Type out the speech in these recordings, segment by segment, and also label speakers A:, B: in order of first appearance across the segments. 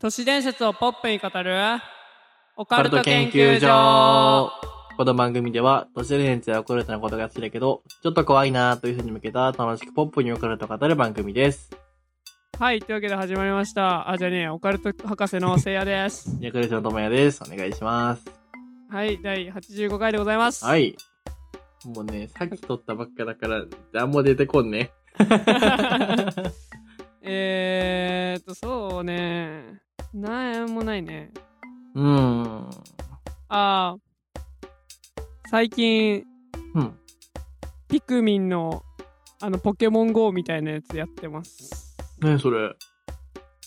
A: 都市伝説をポップに語るオ
B: カ
A: カル
B: ルト
A: ト
B: 研
A: 研
B: 究
A: 究
B: 所
A: 所
B: この番組では、都市伝説やオカルトなことが好きだけど、ちょっと怖いなぁという人に向けた楽しくポップにオカルトを語る番組です。
A: はいというわけで始まりましたあじゃあねえオカルト博士のせいやです
B: ヤクルトのともやです。お願いします。
A: はい第85回でございます
B: はいい。もうね、さっき撮ったばっかだから、何も出てこん ね。
A: えーっとそうねなんもないね
B: うーん。
A: あー最近
B: うん。
A: ピクミンのあのポケモン GO みたいなやつやってます
B: 何それ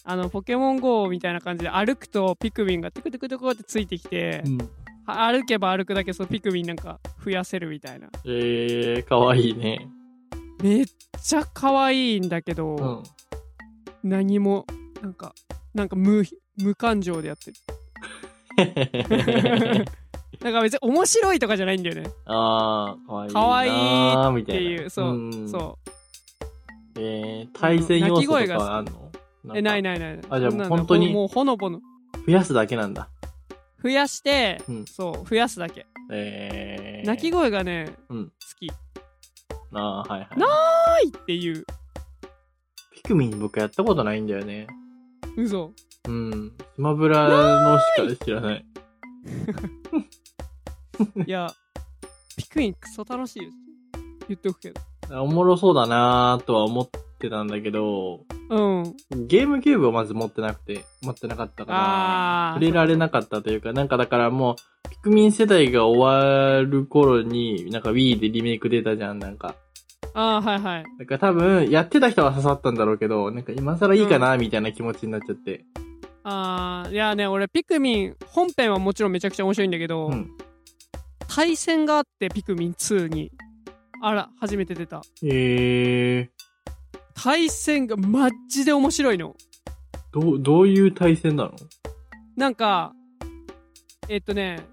A: あのポケモン GO みたいな感じで歩くとピクミンがテクテクテクってついてきて、
B: うん。
A: は歩けば歩くだけそのピクミンなんか増やせるみたいな
B: えー、かわいいね。
A: めっちゃ可愛いんだけど、
B: うん。
A: 何もなんかなんか無無感情でやって るなんか別に面白いとかじゃないんだよね
B: あー、かわいいなぁ。
A: 可愛い
B: み
A: って
B: たいな。
A: いうそう、
B: ん
A: そう
B: えー、対戦要素とかはあんの
A: えない
B: な
A: ないないない
B: あじゃあ
A: そんなの
B: 本当に
A: もうもうほのぼの
B: んか増やすだけなんだ。
A: 増やして、
B: うん
A: そう増やすだけ
B: えー、
A: 鳴き声がね、
B: うん
A: 好き
B: あーはいはい。
A: はいっていう
B: ピクミン僕やったことないんだよね。
A: 嘘
B: うん。スマブラのしか知らない。
A: いやピクミンクソ楽しいよ言っとくけど
B: おもろそうだなーとは思ってたんだけど、
A: うん
B: ゲームキューブをまず持ってなくて、持ってなかったから、
A: ああ
B: 触れられなかったというか、なんかだからもう、ピクミン世代が終わる頃に、なんか Wii でリメイク出たじゃん、なんか。
A: ああはいはい
B: だから多分、やってた人は刺さったんだろうけど、なんか今更いいかな、みたいな気持ちになっちゃって。
A: あーいやね俺ピクミン本編はもちろんめちゃくちゃ面白いんだけど、
B: うん。
A: 対戦があってピクミン2にあら初めて出た
B: えー、
A: 対戦がマジで面白いの
B: どう、どういう対戦なの
A: なんかえっとね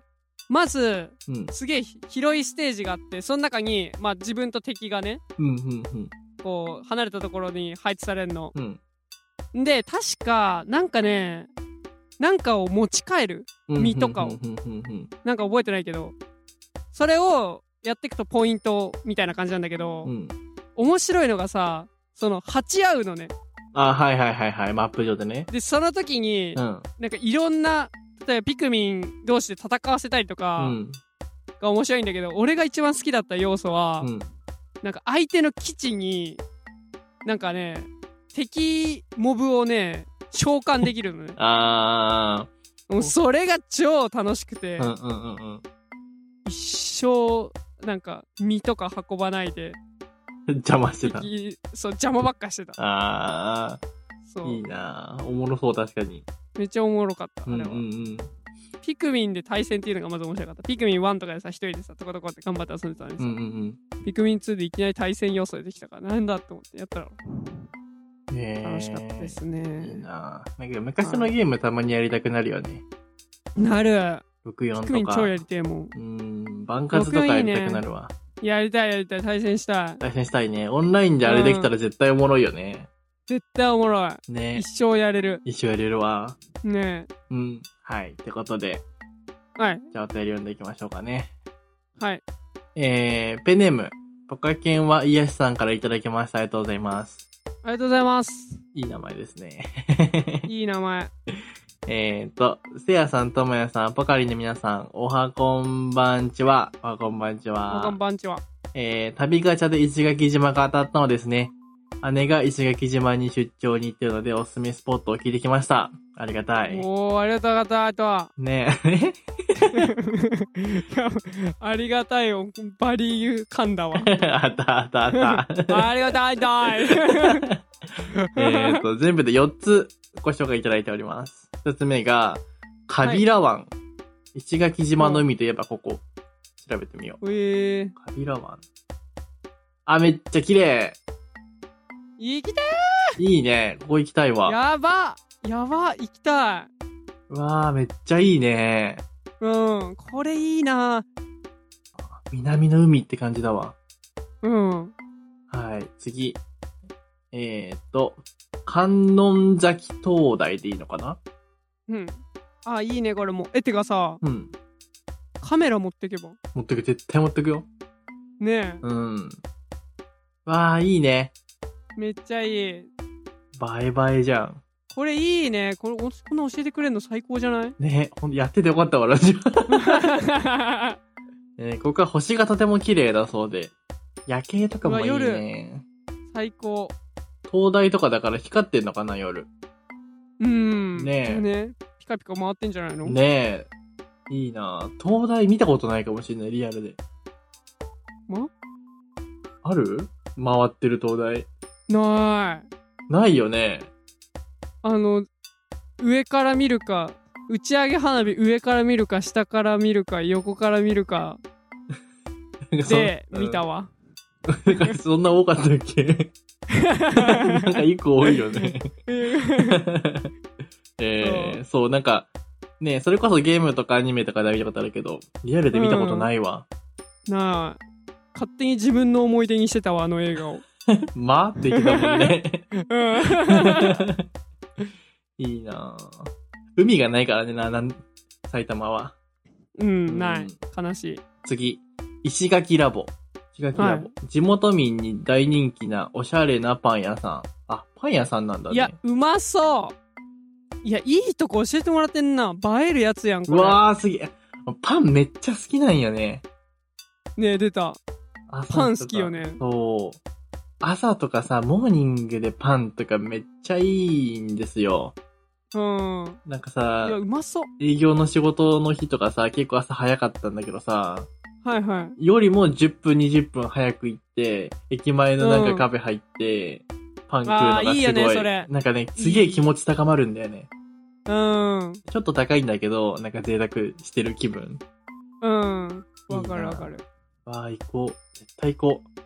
A: まず
B: うん。
A: すげえひ広いステージがあってその中に、まあ、自分と敵がね
B: うん、うん、うん。
A: こう離れたところに配置される の
B: うん。
A: んで確かなんかねなんかを持ち帰る身とかを
B: うんうんうんうん
A: なんか覚えてないけどそれをやっていくとポイントみたいな感じなんだけど、
B: うんうん。
A: 面白いのがさその鉢合うのね
B: あ、はいはいはいはい。マップ上でね。
A: でその時に、
B: うん。
A: なんかいろんな例えばピクミン同士で戦わせたりと
B: う
A: か
B: ん。
A: が面白いんだけど、俺が一番好きだった要素は、
B: うん。
A: なんか相手の基地になんかね敵モブをね召喚できるの ね
B: あ
A: もうそれが超楽しくて、
B: ー。うんうんうんうん。
A: 一生なんか身とか運ばないで
B: 邪魔してた。
A: 敵そう邪魔ばっかしてた
B: あ
A: そ
B: ー。
A: う
B: いいなーおもろそう、確かに。
A: めっちゃおもろかったあ
B: うん
A: れ
B: う
A: は、
B: んうん。
A: ピクミンで対戦っていうのがまず面白かった。ピクミン1とかでさ、一人でさ、とことこって頑張って遊んでたのに
B: う
A: さ、
B: んうん
A: ピクミン2でいきなり対戦要素でできたから、なんだと思ってやったら
B: うん。えー
A: 楽しかったで。すね。
B: いいなーなんか昔のゲームたまにやりたくなるよね。
A: なる。ピクミ
B: 64
A: ン
B: とか。
A: 超や
B: う
A: りてえもん。
B: ーん。バンカツとかやりたくなるわ。
A: やりたいやりたい、対戦したい。
B: 対戦したいね。オンラインであれできたら絶対おもろいよね。
A: 絶対おもろい。
B: ね
A: 一生やれる。
B: 一生やれるわ。
A: ね
B: うん。はい。ってことで、
A: え。はい。
B: じゃあお便り読んでいきましょうかね。
A: はい。
B: えー、ペンネーム、ポカケンは癒しさんからいただきました。ありがとうございます。
A: ありがとうございます。
B: いい名前ですね。
A: いい名前。
B: えーと、せやさん、ともやさん、ポカリの皆さん、おはこんばんちは。おはこんばんち
A: おか
B: は
A: ん。ばんちは。
B: えー、旅ガチャで石垣島が当たったのですね。姉が石垣島に出張に行ってるので、おすすめスポットを聞いてきました。ありがたい。
A: おー、ありがとうござい ます。
B: ねえ。
A: いや ありがたいよ。バリユー噛んだわ。
B: あったあったあ った。
A: ありがたいたい。
B: えっと、全部で4つご紹介いただいております。1つ目が、カビラ湾。石垣島の海といえばここ。調べてみよ
A: えー、
B: う。カビラ湾。あ、めっちゃ綺麗。
A: 行きたい
B: いいね。ここ行きたいわ。
A: やばやば行きたい
B: わあ、めっちゃいいね。
A: うん、これいいな
B: 南の海って感じだわ。
A: うん。
B: はい、次。えっ、と、観音崎灯台でいいのかな
A: うん。あ、いいね、これも。え、てかさ、
B: うん。
A: カメラ持ってけば。
B: 持ってく、絶対持ってくよ。
A: ね
B: うん。わあ、いいね。
A: え、めっちゃいい。
B: バイバイじゃん。
A: これいいね。これ、おこんな教えてくれるの最高じゃない
B: ねほんやっててよかったわ、ラジ オ。ねここは星がとても綺麗だそうで。夜景とかもいいう
A: わ
B: ね。
A: 最高。
B: 灯台とかだから光ってんのかな、夜。
A: うん。
B: ねえ
A: ねピカピカ回ってんじゃないの、
B: ねえ。いいな灯台見たことないかもしれない、リアルで。
A: ま
B: ある回ってる灯台。
A: ない。
B: ないよね。
A: あの、上から見るか、打ち上げ花火上から見るか、下から見るか、横から見るか
B: なんかそん
A: で、
B: うん
A: 見たわ。
B: なんかそんな多かったっ けなんか一個多いよね。えー、そう、なんか、ねそれこそゲームとかアニメとかで見たことあるけど、リアルで見たことない わ。
A: なあ勝手に自分の思い出にしてたわあの映画を、
B: まあって言ってたもん ね。
A: うん、
B: いいなぁ。海がないからね、な、なん、埼玉は。
A: うんない悲しい
B: 次、石垣ラボ。石垣ラボ、
A: は
B: 地元民に大人気なおしゃれなパン屋さん。あ、パン屋さんなんだね。
A: いやうまそういやいいとこ教えてもらってんな映えるやつやんこ
B: う
A: れ
B: わー、すげえ。パンめっちゃ好きなんよね。
A: ねえ出た
B: 朝とか
A: パン好きよ。ね
B: そう。朝とかさ、モーニングでパンとかめっちゃいいんですよ。
A: うんい
B: なんか
A: や
B: さ、
A: うまそう
B: 営業の仕事の日とかさ、結構朝早かったんだけどさ、
A: はいはい
B: よりも10分20分早く行って、駅前のなん
A: う
B: か
A: ん
B: カフェ入って、パン食う
A: あ
B: の
A: ー
B: が
A: いいよ
B: す
A: ね
B: ごい。
A: それ
B: なんかね、すげえ気持ち高まるんだよね。
A: うん
B: ちょっと高いんだけど、なんか贅沢してる気分。
A: うんわかるわかる
B: わあ、行こう。絶対行こう。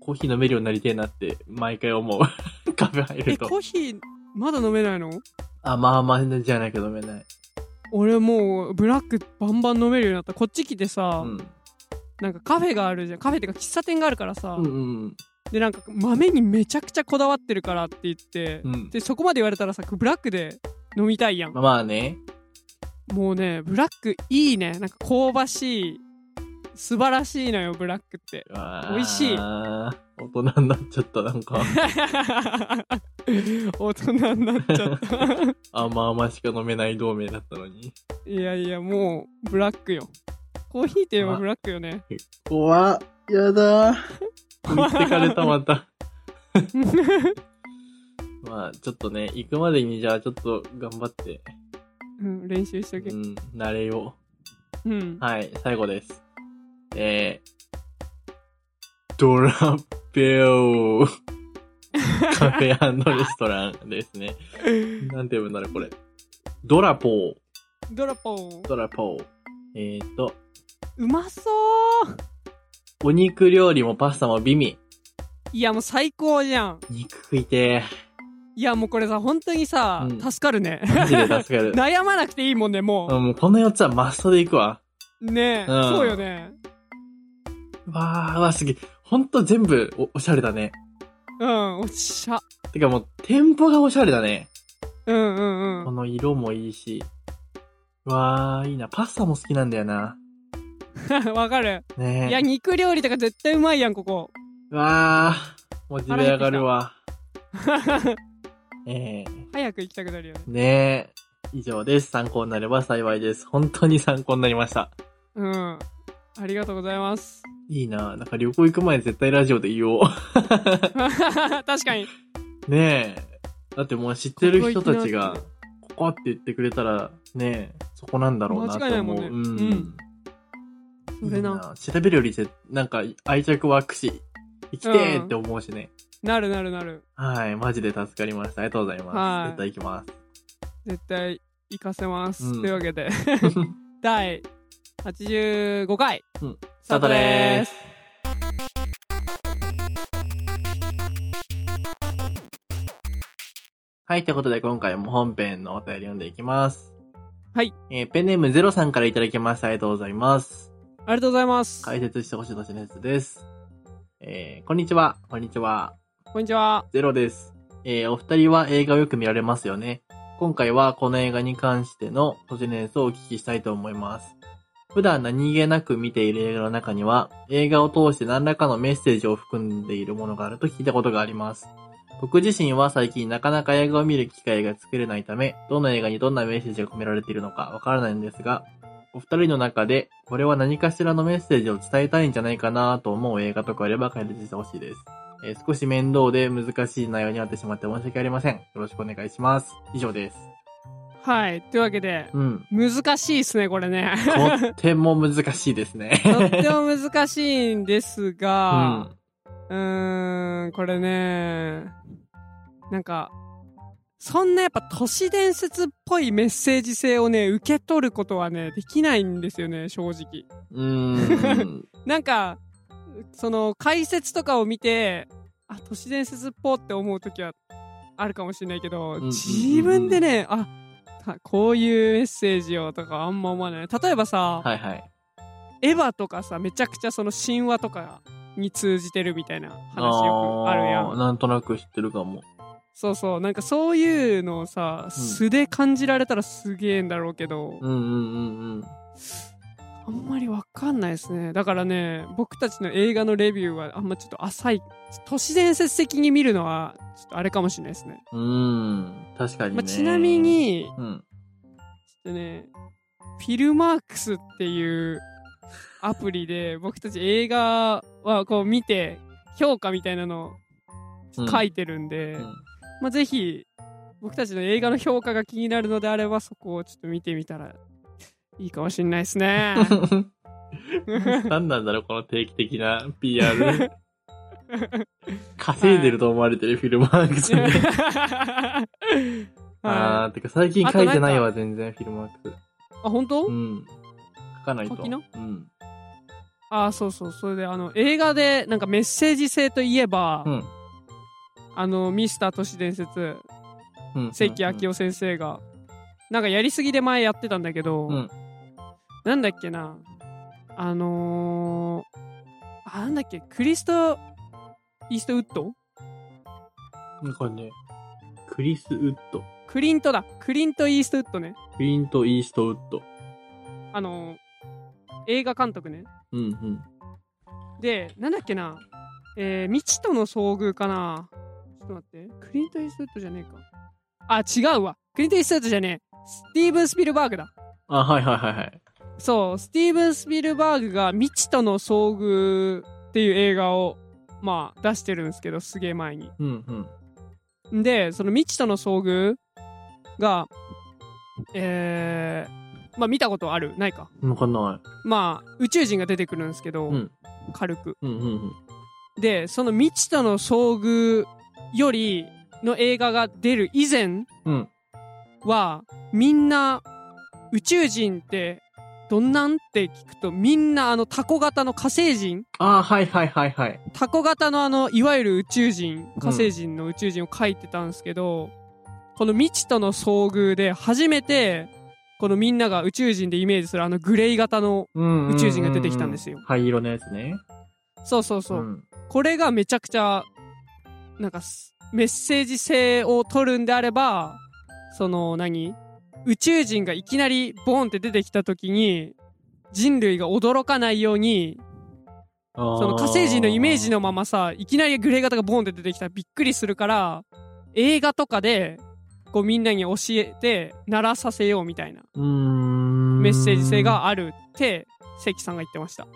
B: コーヒー飲めるようになりてえなって、毎回思う。 カフェ入
A: え
B: る
A: コ
B: と。
A: ーヒーまだ飲めないの
B: あ、まあまあじゃないけど飲めない。
A: 俺もうブラックバンバン飲めるようになったこっち来て
B: う
A: さ、
B: ん。
A: なんかカフェがあるじゃんカフェってか喫茶店があるからさ、
B: うんうん
A: でなんか豆にめちゃくちゃこだわってるからって言って、
B: うん。
A: でそこまで言われたらさブラックで飲みたいやん
B: まあまあね。
A: もうねブラックいいねなんか香ばしい素晴らしいのよブラックって
B: わあ
A: 美味しい
B: 大人になっちゃった、なん か。
A: 大人になっちゃった
B: 甘々しか飲めない同盟だったのに。
A: いやいやもうブラックよコーヒーって言えば
B: あ
A: ブラックよね
B: 怖っ。やだー。置いてかれた、また。 まあ、ちょっとね、行くまでにじゃあ、ちょっと頑張って、
A: うん練習しと
B: う
A: け
B: ん、慣れよ
A: うん
B: う。はい、最後です。えー、ドラペオカフェレストランですね。なんて読むんだろう、これ。ドラポー。
A: ドラポン
B: ドラポー。えーと、
A: うまそう
B: お肉料理もパスタも美味。
A: いやもう最高じゃん
B: 肉食いて
A: いやもうこれさ本当にさ、
B: うん
A: 助かるね
B: ー。マジで助かる。
A: 悩まなくていいもんねも
B: うんもうこの4つはマストで行くわ。
A: うねえ、
B: うん
A: そうよね
B: わー、わーすげえ。ほんと全部おおしゃれだね。
A: うんおっしゃ
B: てかもう、店舗がおしゃれだね。
A: うんうんう
B: こ
A: ん
B: の色もいいし。わー、いいな。パスタも好きなんだよな。
A: わかるいや
B: ね
A: 肉料理とか絶対うまいやんここ
B: え。わー、モチベ上がるわ。 ええ
A: 早く行きたくなるよね
B: ねえ。以上です。参考になれば幸いです。本当に参考になりました。
A: うんありがとうございます
B: いいな。なんか旅行行く前に絶対ラジオで言おう。
A: 確かに
B: ねえ。だってもう知ってる人たち
A: ここ行きな
B: が
A: って、
B: ここって言ってくれたら、ねえ、そこなんだろうなって思う。
A: 間違いないもんね
B: うん。
A: うんそれない
B: い調べるよりぜ、なんか愛着湧くし、生きてーって思うしね。
A: なるなるなる
B: はい、マジで助かりました。ありがとうございます。
A: はい
B: 絶対行きます。
A: 絶対行かせます、
B: うん
A: というわけ で第85回、
B: うん
A: スタートでーす
B: はい、ということで今回も本編のお便り読んでいきます。
A: はい。
B: えーペンネームゼロさんからいただきました。ありがとうございます。
A: ありがとうございます、
B: 解説してほしいのしのやつです。えーこんにちは。こんにちは。
A: こんにちは
B: ゼロです。えーお二人は映画をよく見られますよね。今回はこの映画に関しての都市伝説をお聞きしたいと思います。普段何気なく見ている映画の中には、映画を通して何らかのメッセージを含んでいるものがあると聞いたことがあります。僕自身は最近なかなか映画を見る機会が作れないため、どの映画にどんなメッセージが込められているのかわからないんですが、お二人の中で、これは何かしらのメッセージを伝えたいんじゃないかなと思う映画とかあれば解説してほしいです。えー少し面倒で難しい内容になってしまって申し訳ありません。よろしくお願いします。以上です。
A: はい。というわけで、
B: うん。
A: 難しいですね、これ ね。
B: とっても難しいですね。
A: とっても難しいんです
B: う
A: が
B: ん、。
A: うーん、これね、なんか、そんなやっぱ都市伝説っぽいメッセージ性をね、受け取ることはね、できないんですよね、正直。
B: う ーん。
A: なんか、その解説とかを見て、あ、都市伝説っぽって思うときはあるかもしれないけど、
B: んうんうん
A: 自分でね、あ、たこういうメッセージをとかあんま思わない。例えばさ、
B: はいはい。
A: エヴァとかさ、めちゃくちゃその神話とかに通じてるみたいな話よくあるや
B: ー
A: ん。
B: なんとなく知ってるかも。
A: そうそう、なんかそういうのをさ、素で感じられたらすげえんだろうけど、
B: うんうんうんうん。
A: あんまりわかんないですね。だからね、僕たちの映画のレビューはあんまちょっと浅い、都市伝説的に見るのは、ちょっとあれかもしれないですね。
B: うーん。確かに
A: まあ
B: ね。
A: ちなみ、に、
B: うん。
A: ちょっとね、フィルマークスっていうアプリで、僕たち映画はこう見て、評価みたいなのを書いてるんで、
B: うん
A: まあぜひ、僕たちの映画の評価が気になるのであれば、そこをちょっと見てみたらいいかもしれないです ね。
B: 何なんだろう、この定期的な PR。稼いでると思われてるフィルマークスね。
A: はい、
B: あ
A: あ
B: ー、てか最近書いてないわ、全然、フィルマーク
A: 本当、
B: ス。うん。書かないと。
A: 書きな
B: うん。
A: あそうそうそれであの映画でなんかメッセージ性といえば、
B: うん。
A: あのミスター都市伝説
B: うん。
A: 関明夫先生が、なんかやりすぎで前やってたんだけど、
B: うん
A: なんだっけなあのー、あなんだっけクリストイーストウッド
B: なんかね、クリス・ウッド。
A: クリントだクリント・イーストウッドね
B: クリント・イーストウッド。
A: あのー、映画監督ね
B: うんうん。
A: で、なんだっけな、えー、未知との遭遇かな。ちょっと待って、クリント・イーストウッドじゃねえか。あ、違うわ。クリント・イーストウッドじゃねえ。スティーブン・スピルバーグだ。
B: あ、はいはいはいはい。
A: そう、スティーブン・スピルバーグが未知との遭遇っていう映画を、まあ、出してるんですけど、すげえ前に。
B: うんうん。
A: んで、その未知との遭遇が、えー、まあ見たことあるないか。
B: わかんな
A: まあ、宇宙人が出てくるんですけど、
B: い。うん。
A: 軽く。
B: うんうんうん。
A: でその未知との遭遇よりの映画が出る以前
B: うん。
A: はみんな宇宙人ってどんなんって聞くとみんなあのタコ型の火星人
B: あー、はいはいはいはい。
A: タコ型のあのいわゆる宇宙人火星人の宇宙人を書いてたんですけど、この未知との遭遇で初めてこのみんなが宇宙人でイメージするあのグレイ型の
B: 宇
A: 宇宙人が出てきたんですよ
B: 灰色のやつね。
A: そうそうそう、
B: ん
A: これがめちゃくちゃなんかすメッセージ性を取るんであればその何宇宙人がいきなりボーンって出てきた時に人類が驚かないようにその火星人のイメージ
B: の。
A: のままさいきなりグレー型がボーンって出てきたらびっくりするから映画とかでこうみんなに教えて鳴らさせようみたいな
B: うーん。
A: メッセージ性。があるって関さんが言ってました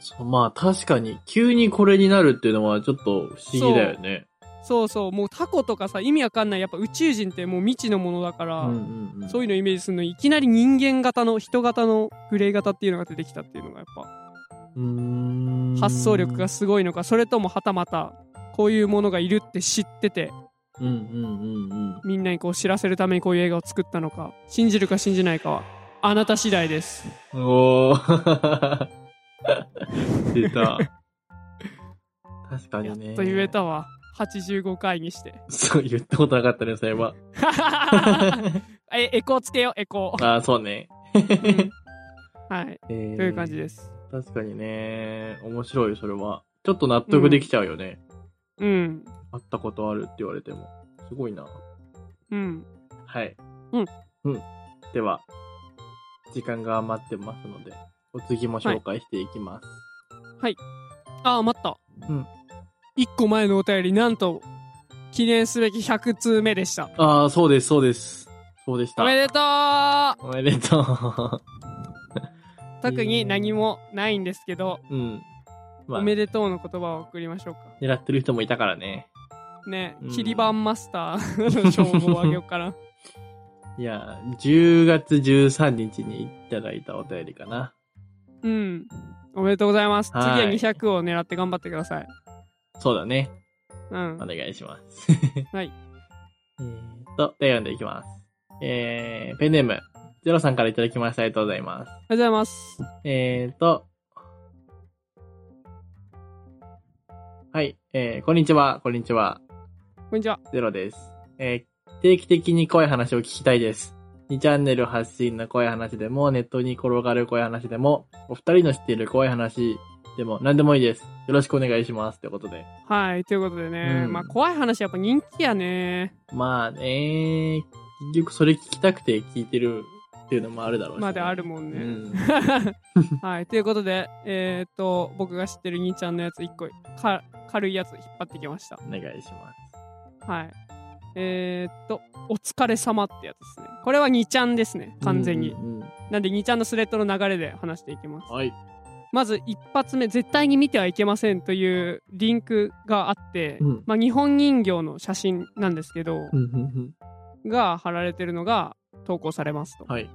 B: そうまあ確かに、急にこれになるっていうのはちょっと不思議だよね。
A: そうそうもうタコとかさ意味わかんないやっぱ宇宙人ってもう未知のものだから、
B: うんうんうん。
A: そういうのをイメージするのにいきなり人間型の人型のグレー型っていうのが出てきたっていうのがやっぱ
B: うーん
A: 発想力がすごいのかそれともはたまたこういうものがいるって知ってて
B: うんうんうんうん。
A: みんなにこう知らせるためにこういう映画を作ったのか信じるか信じないかはあなた次第です
B: おー。出た。確か
A: や
B: に
A: っ
B: ね。
A: と言え。たわ85回にして
B: そう、言ったことなかったね、そ れは。
A: えエコーつけようエコー、
B: ああ、そ うね。
A: うんはい
B: と
A: とい
B: いう
A: 感じです
B: 確かにね。面白い、それは。ちょっと納得できちゃうよね。
A: うん
B: 会ったことあるって言われても。すごいな。
A: うん
B: はい。
A: うん。
B: うん。では、時間が余ってますので、お次も紹介していきます。
A: ああ、待った。
B: うん。
A: 一個前のお便り、なんと、記念すべき100通目でした。
B: ああ、そうです、そうです。そうでした。
A: おめでとう
B: おめでとう。
A: 特に何もないんですけど、
B: うん。まあ
A: お、めでとうの言葉を送りましょうか。
B: 狙ってる人もいたからね。
A: ね
B: うん、
A: キリバンマスターの称号をあげよう かな。
B: いや、10月13日にいただいたお便りかな。
A: うん。おめでとうございます。次は
B: はい
A: 200を狙って頑張ってください。
B: そうだね。
A: うん
B: お。願いします。
A: はい。
B: えーっと、では読んでいきます。えー、ペンネーム、ゼロさんからいただきました。ありがとうございます。
A: ありがとうございます。
B: えーと。はい、えー、こんにちは、こんにちは、
A: こんにちは。
B: ゼロです。えー、定期的に怖い話を聞きたいです。2チャンネル発信の怖い話でも、ネットに転がる怖い話でも、お二人の知っている怖い話でも、何でもいいです。よろしくお願いします。ということで。
A: はい。ということでね、
B: うん
A: まあ怖い話やっぱ人気やね。
B: まあね、結局それ聞きたくて聞いてるっていうのもあるだろうし、
A: まであるもん
B: う
A: ね。
B: ん。
A: はい。ということで、えー、っと、僕が知ってる兄ちゃんのやつ1個、か軽いやつ引っ張ってきました。
B: お願いしま
A: はい。えー、っと、お疲れ様ってやつですね。これは2ちゃんですね。
B: す。
A: 完全に。
B: うんうんうん
A: なんで2ちゃんのスレッドの流れで話していきます。
B: はい。
A: まず一発目絶対に見てはいけませんというリンクがあって、
B: うん
A: まあ、日本人形の写真なんですけど、
B: うんうんうん
A: が貼られてるのが投稿されますと。
B: はい。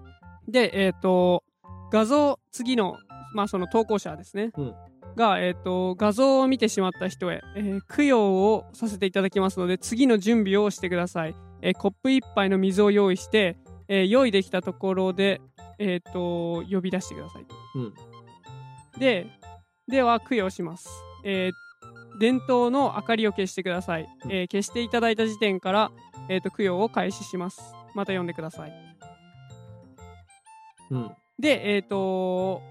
A: で、えっ、と、画像、次の、まあその投稿者ですね。
B: うん
A: が、えっ、と、画像を見てしまった人へ、えー供養をさせていただきますので、次の準備をしてください。えーコップ一杯の水を用意して、えー用意できたところで、えっ、と、呼び出してくださいと。
B: うん。
A: で、では供養します。えー電灯の明かりを消してください。えー消していただいた時点から、えーと供養を開始します。また読んでください。
B: うん。
A: で、えっ、と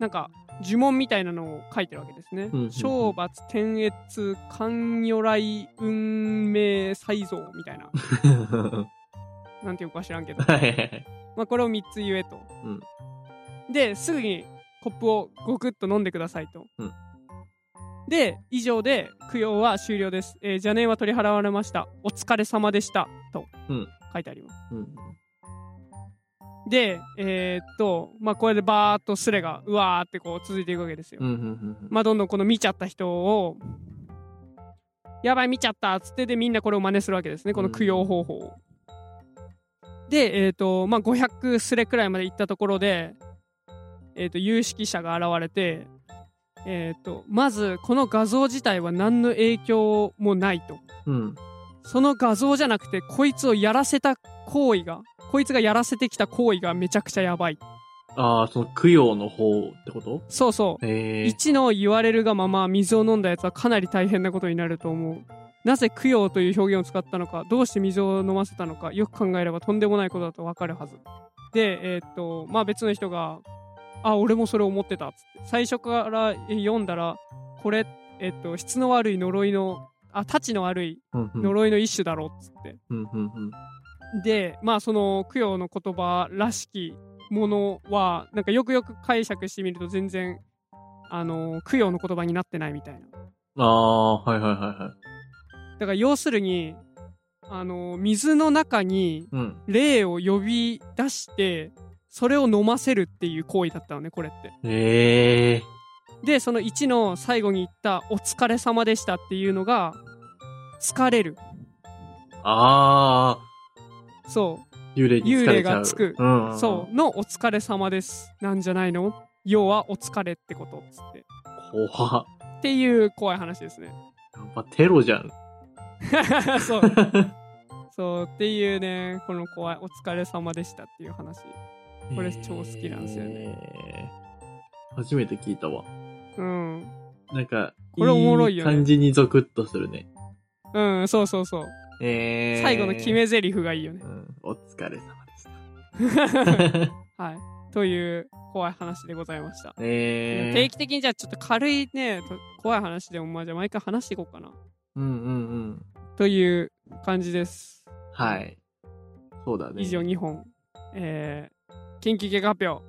A: なんか、呪文みたいなのを書いてるわけですね。
B: うんうんうん
A: 懲罰、天越、勘如来、運命、再造みたいな。なんていうか知らんけ ど。
B: はい。
A: まあ、これを3つ言えと。
B: うん
A: で、すぐにコップをごくっと飲んでくださいと。
B: うん
A: で、以上で供養は終了です。えー邪念は取り払われました。お疲れ様でした。と
B: うん
A: 書いてあります。
B: うん。
A: で、えーっと、まあ、これでバーっとスレがうわーってこう続いていくわけですよ。
B: うん。うんうん。
A: まあ、どんどんこの見ちゃった人を、やばい見ちゃったっつってでみんなこれを真似するわけですね、この供養方法を。で、えっ、と、まあ、500すれくらいまで行ったところで、えっ、と、有識者が現れて、えっ、と、まずこの画像自体は何の影響もないと。
B: うん。
A: その画像じゃなくて、こいつをやらせた行為が、こいつがやらせてきた行為がめちゃくちゃやばい。
B: ああ、その供養の方ってこと
A: そうそう。
B: ええ
A: 1の言われるがまま水を飲んだやつはかなり大変なことになると思うなぜ供養という表現を使ったのかどうして水を飲ませたのかよく考えればとんでもないことだとわかるはずでえーっとまあ別の人が「あ俺もそれ思ってた」っつって最初からえ読んだらこれえーっと質の悪い呪いのあたちの悪い
B: うんうん。
A: 呪いの一種だろうっつって、
B: うんうんうん。
A: でまあその供養の言葉らしきものはなんかよくよく解釈してみると全然あの供養の言葉になってないみたいなだ
B: ああ、はいはいはいはい。
A: から要するにあの水の中に
B: うん。
A: 霊を呼び出してそれを飲ませるっていう行為だったのねこれって
B: ええ
A: でその1の最後に言った「お疲れ様でした」っていうのが疲れる
B: ああ、
A: そう
B: 幽霊に疲れちゃう。
A: 幽霊がつく
B: うん。
A: そうの「お疲れ様です」なんじゃないの要はお疲れってことっつって
B: うん。怖っ
A: っていう怖い話ですね。
B: やっぱテロじゃん。
A: そう。そう。っていうね、この怖い、お疲れ様でしたっていう話。これ超好きなんですよ
B: ね。初めて聞いたわ。
A: うん。
B: なんか、
A: これおもろいよね
B: 感じにゾクッとするね。
A: うん、そうそうそう。
B: ええ
A: 最後の決め台詞がいいよね
B: う。ん。お疲れ様でした。
A: はい。という怖い話でございました。
B: ええ
A: 定期的にじゃあちょっと軽いね、と怖い話でもまあじゃあ毎回話していこうかな。
B: うんうんうん。
A: という感じです。
B: はい。そうだね。
A: 以上2本。えー、緊急結果発表、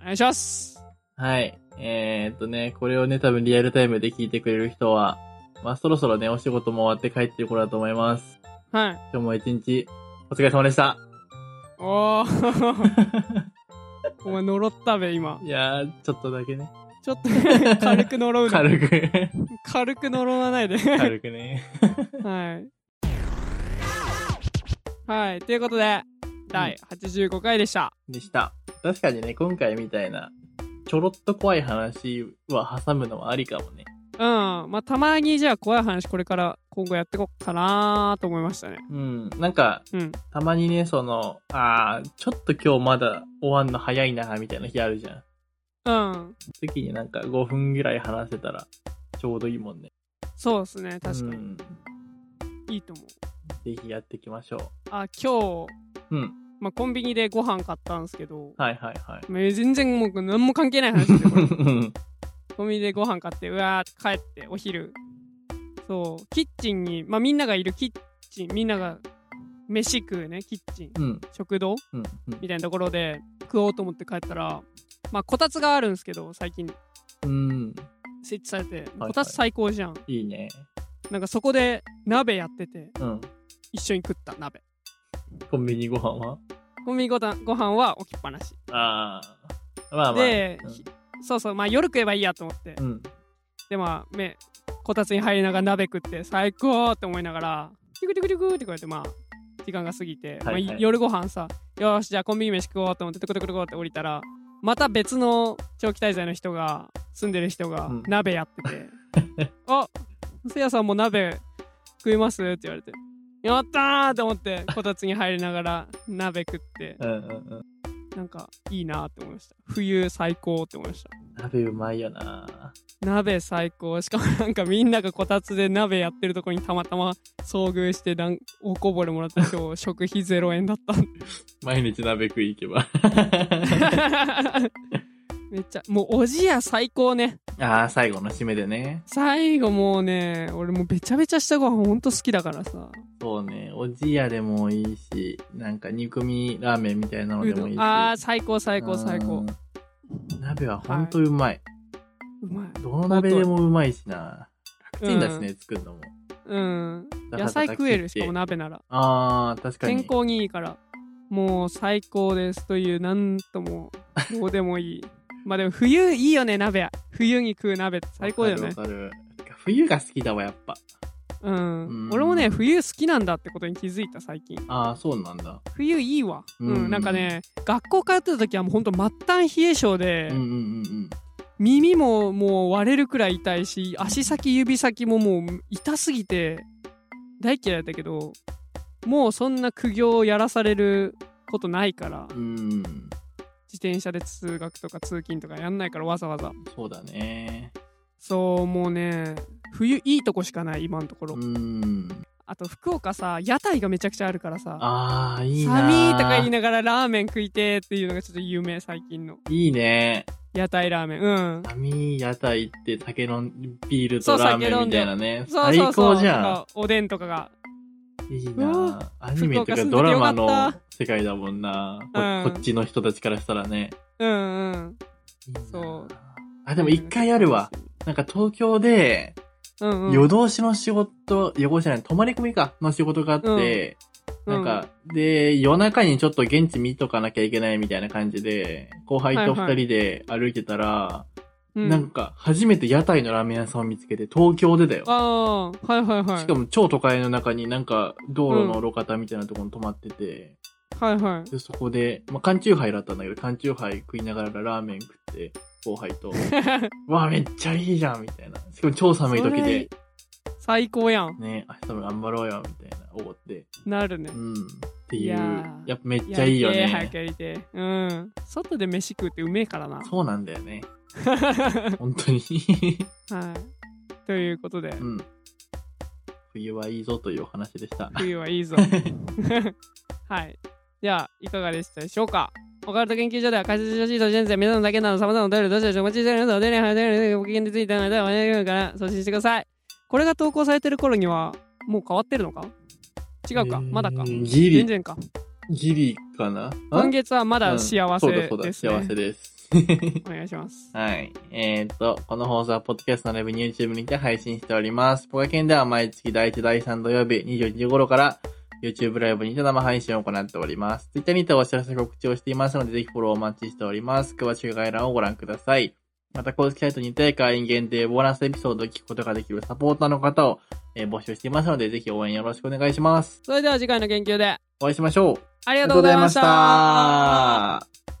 A: お願いします
B: はい。えー、っとね、これをね、多分リアルタイムで聞いてくれる人は、まあ、そろそろね、お仕事も終わって帰ってる頃だと思います。
A: はい。
B: 今日も一日、お疲れ様でした。
A: おー、お前呪ったべ、今。
B: いやー、ちょっとだけね。
A: ちょっと 軽く呪うな。
B: 軽く。
A: 軽く呪わないで。
B: 軽くね。
A: はい。はい。ということで、第85回でした。
B: でした。確かにね、今回みたいな、ちょろっと怖い話は挟むのはありかもね。
A: うん。まあ、たまにじゃあ怖い話これから今後やってこっかなーと思いましたね。
B: うん。なんか、
A: うん。
B: たまにね、その、あー、ちょっと今日まだ終わんの早いな、みたいな日あるじゃん。
A: うん。
B: 時になんか5分ぐらい話せたら、ちょうどいいもんね。
A: そうですね。確かに。
B: うん
A: いいと思う。
B: ぜひやっていきましょ
A: あ、今日、
B: う。うん。
A: まあ、コンビニでご飯買ったんですけど、
B: はいはいはい。
A: まあ全然もう何も関係ない話ですよ、これ。
B: うん
A: コンビニでご飯買って、うわーって帰って、お昼。そう、キッチンに、まあみんながいるキッチン、みんなが飯食うね、キッチン、
B: うん。
A: 食堂
B: うん。
A: みたいなところで食おうと思って帰ったら、まあこたつがあるんですけど、最近
B: うん。うん。
A: 設置されて、
B: はい
A: こたつ最高じゃん。
B: いいね。
A: なんかそこで鍋やってて、
B: うん。
A: 一緒に食った鍋。
B: コンビニご飯は
A: コンビニごたご飯は置きっぱなし。
B: ああ。まあまあ。
A: で、ひそうそう、まあ夜食えばいいやと思って
B: う。ん。
A: でまあめこたつに入りながら鍋食って最高って思いながらティクティクティクってこうやってまあ時間が過ぎて、
B: はいはい
A: まあ、夜ご飯さよーしじゃあコンビニ飯食おうと思ってトコトコトコって降りたらまた別の長期滞在の人が住んでる人が
B: うん
A: 鍋やってて 「あせいやさんも鍋食います?」って言われて「やったー!」と思ってこたつに入りながら鍋食って
B: うんうんうん。
A: なんかいいなって思いました冬最高って思いました
B: 鍋うまいよな。
A: 鍋最高しかもなんかみんながこたつで鍋やってるとこにたまたま遭遇してなんおこぼれもらって今日食費0円だった
B: 毎日鍋食い行けば。
A: めっちゃもうおじや最高ね
B: ああ、最後の締めでね。
A: 最後もうね俺もうべちゃべちゃしたご飯ほんと好きだからさ
B: そうね。おじやでもいいし、なんか煮込みラーメンみたいなの
A: う
B: で
A: ど
B: もいいし。
A: んあー最高最高最高
B: うん。鍋はほんとうまい。
A: うまい
B: どの鍋でもうまいしな。楽ちんだしね、作るのも。
A: うん
B: だから
A: 野菜食える
B: 叩
A: し
B: き切って
A: かも鍋なら
B: ああ、確かに。
A: 健康にいいからもう最高ですというなんともどうでもいい まあでも冬いいよね鍋冬に食う鍋って最高だよね
B: わかるわかる。てか冬が好きだわ、やっぱ。
A: うん、
B: うん
A: 俺もね冬好きなんだってことに気づいた最近
B: ああ、そうなんだ。
A: 冬いいわうん、
B: うん
A: なんかね学校通ってた時はもうほんと末端冷え性で、
B: うんうんうん
A: 耳ももう割れるくらい痛いし足先指先ももう痛すぎて大嫌いだったけどもうそんな苦行をやらされることないから
B: うん。うん。
A: 自転車で通学とか通勤とかやんないからわざわざ
B: そうだね。
A: そうもうね冬いいとこしかない今のところ、
B: うん。
A: あと福岡さ屋台がめちゃくちゃあるからさ
B: ああ、いいな。
A: 寒いとか言いながらラーメン食いてーっていうのがちょっと有名最近の
B: いいね。
A: 屋台ラーメンうん
B: 寒い屋台行って酒飲ん、ビール
A: そ
B: と
A: う
B: ラーメンみたいなね。
A: そう
B: 最
A: そうそう
B: 高じゃ
A: とかおでんとかが
B: ん。いいうな。アニメと
A: 福岡
B: か
A: 住んでてよかった
B: ドラマの世界だもんな。こ
A: うん
B: こっちの人たちからしたらね。
A: うんうん
B: いいな
A: そう。
B: あ、でも一回あるわ。なんか東京で、
A: うんうん
B: 夜通しの仕事、夜通しじゃない、泊まり込みか、の仕事があって、
A: うん
B: なんか、で、夜中にちょっと現地見とかなきゃいけないみたいな感じで、後輩と
A: は
B: 二
A: いはい
B: 人で歩いてたら、
A: うん
B: なんか、初めて屋台のラーメン屋さんを見つけて、東京でだよ。
A: ああはいはいはい
B: しかも超都会の中になんか、道路の路肩みたいなところに泊まってて、
A: はいはい
B: で、そこで、まあ、缶チューハイだったんだけど、缶チューハイ食いながらラーメン食って、後輩 と、わあ、めっちゃいいじゃんみたいな。しかも超寒い時
A: そ
B: で
A: れ、最高やん
B: ね、明日も頑張ろうよ、みたいな、おごって。
A: なるね
B: うん。っていう。
A: い
B: や
A: やー
B: っぱめっちゃいいよ
A: やりてー早く
B: ね。
A: やりてーうん外で飯食うってうめえからな
B: そうなんだ よね。
A: は
B: 本当に。
A: いということで
B: うん。冬はいいぞというお話でした。
A: 冬はいいぞはい。じゃあ、いかがでしたでしょうかオカルト研究所では解説書シート人生皆さんだけなの様々なお便りをどうしどしお待ちしておりますのでお便りお便りお便りご機嫌についてのでお便りから送信してくださいこれが投稿されてる頃にはもう変わってるのか違うか、
B: えー
A: まだか
B: ギリ
A: 全然か
B: ギリかな
A: 今月はま
B: う
A: だ
B: ん
A: 幸
B: そ
A: せ
B: うだそうだ、
A: です
B: 幸せ
A: ね。
B: です。
A: お願いします。
B: はい。えっ、と、この放送は、ポッドキャストのレビュー YouTube にて配信しております。ポカケンでは毎月第1、第3土曜日21時頃から、YouTube ライブにて生配信を行っております。Twitter にてお知らせ告知をしていますので、ぜひフォローお待ちしております。詳しく概要欄をご覧ください。また、公式サイトにて会員限定ボーナスエピソードを聞くことができるサポーターの方を、えー募集していますので、ぜひ応援よろしくお願いします。
A: それでは次回の研究で
B: お会いしましょう。
A: ありがとうございました。
B: ありがとうございました。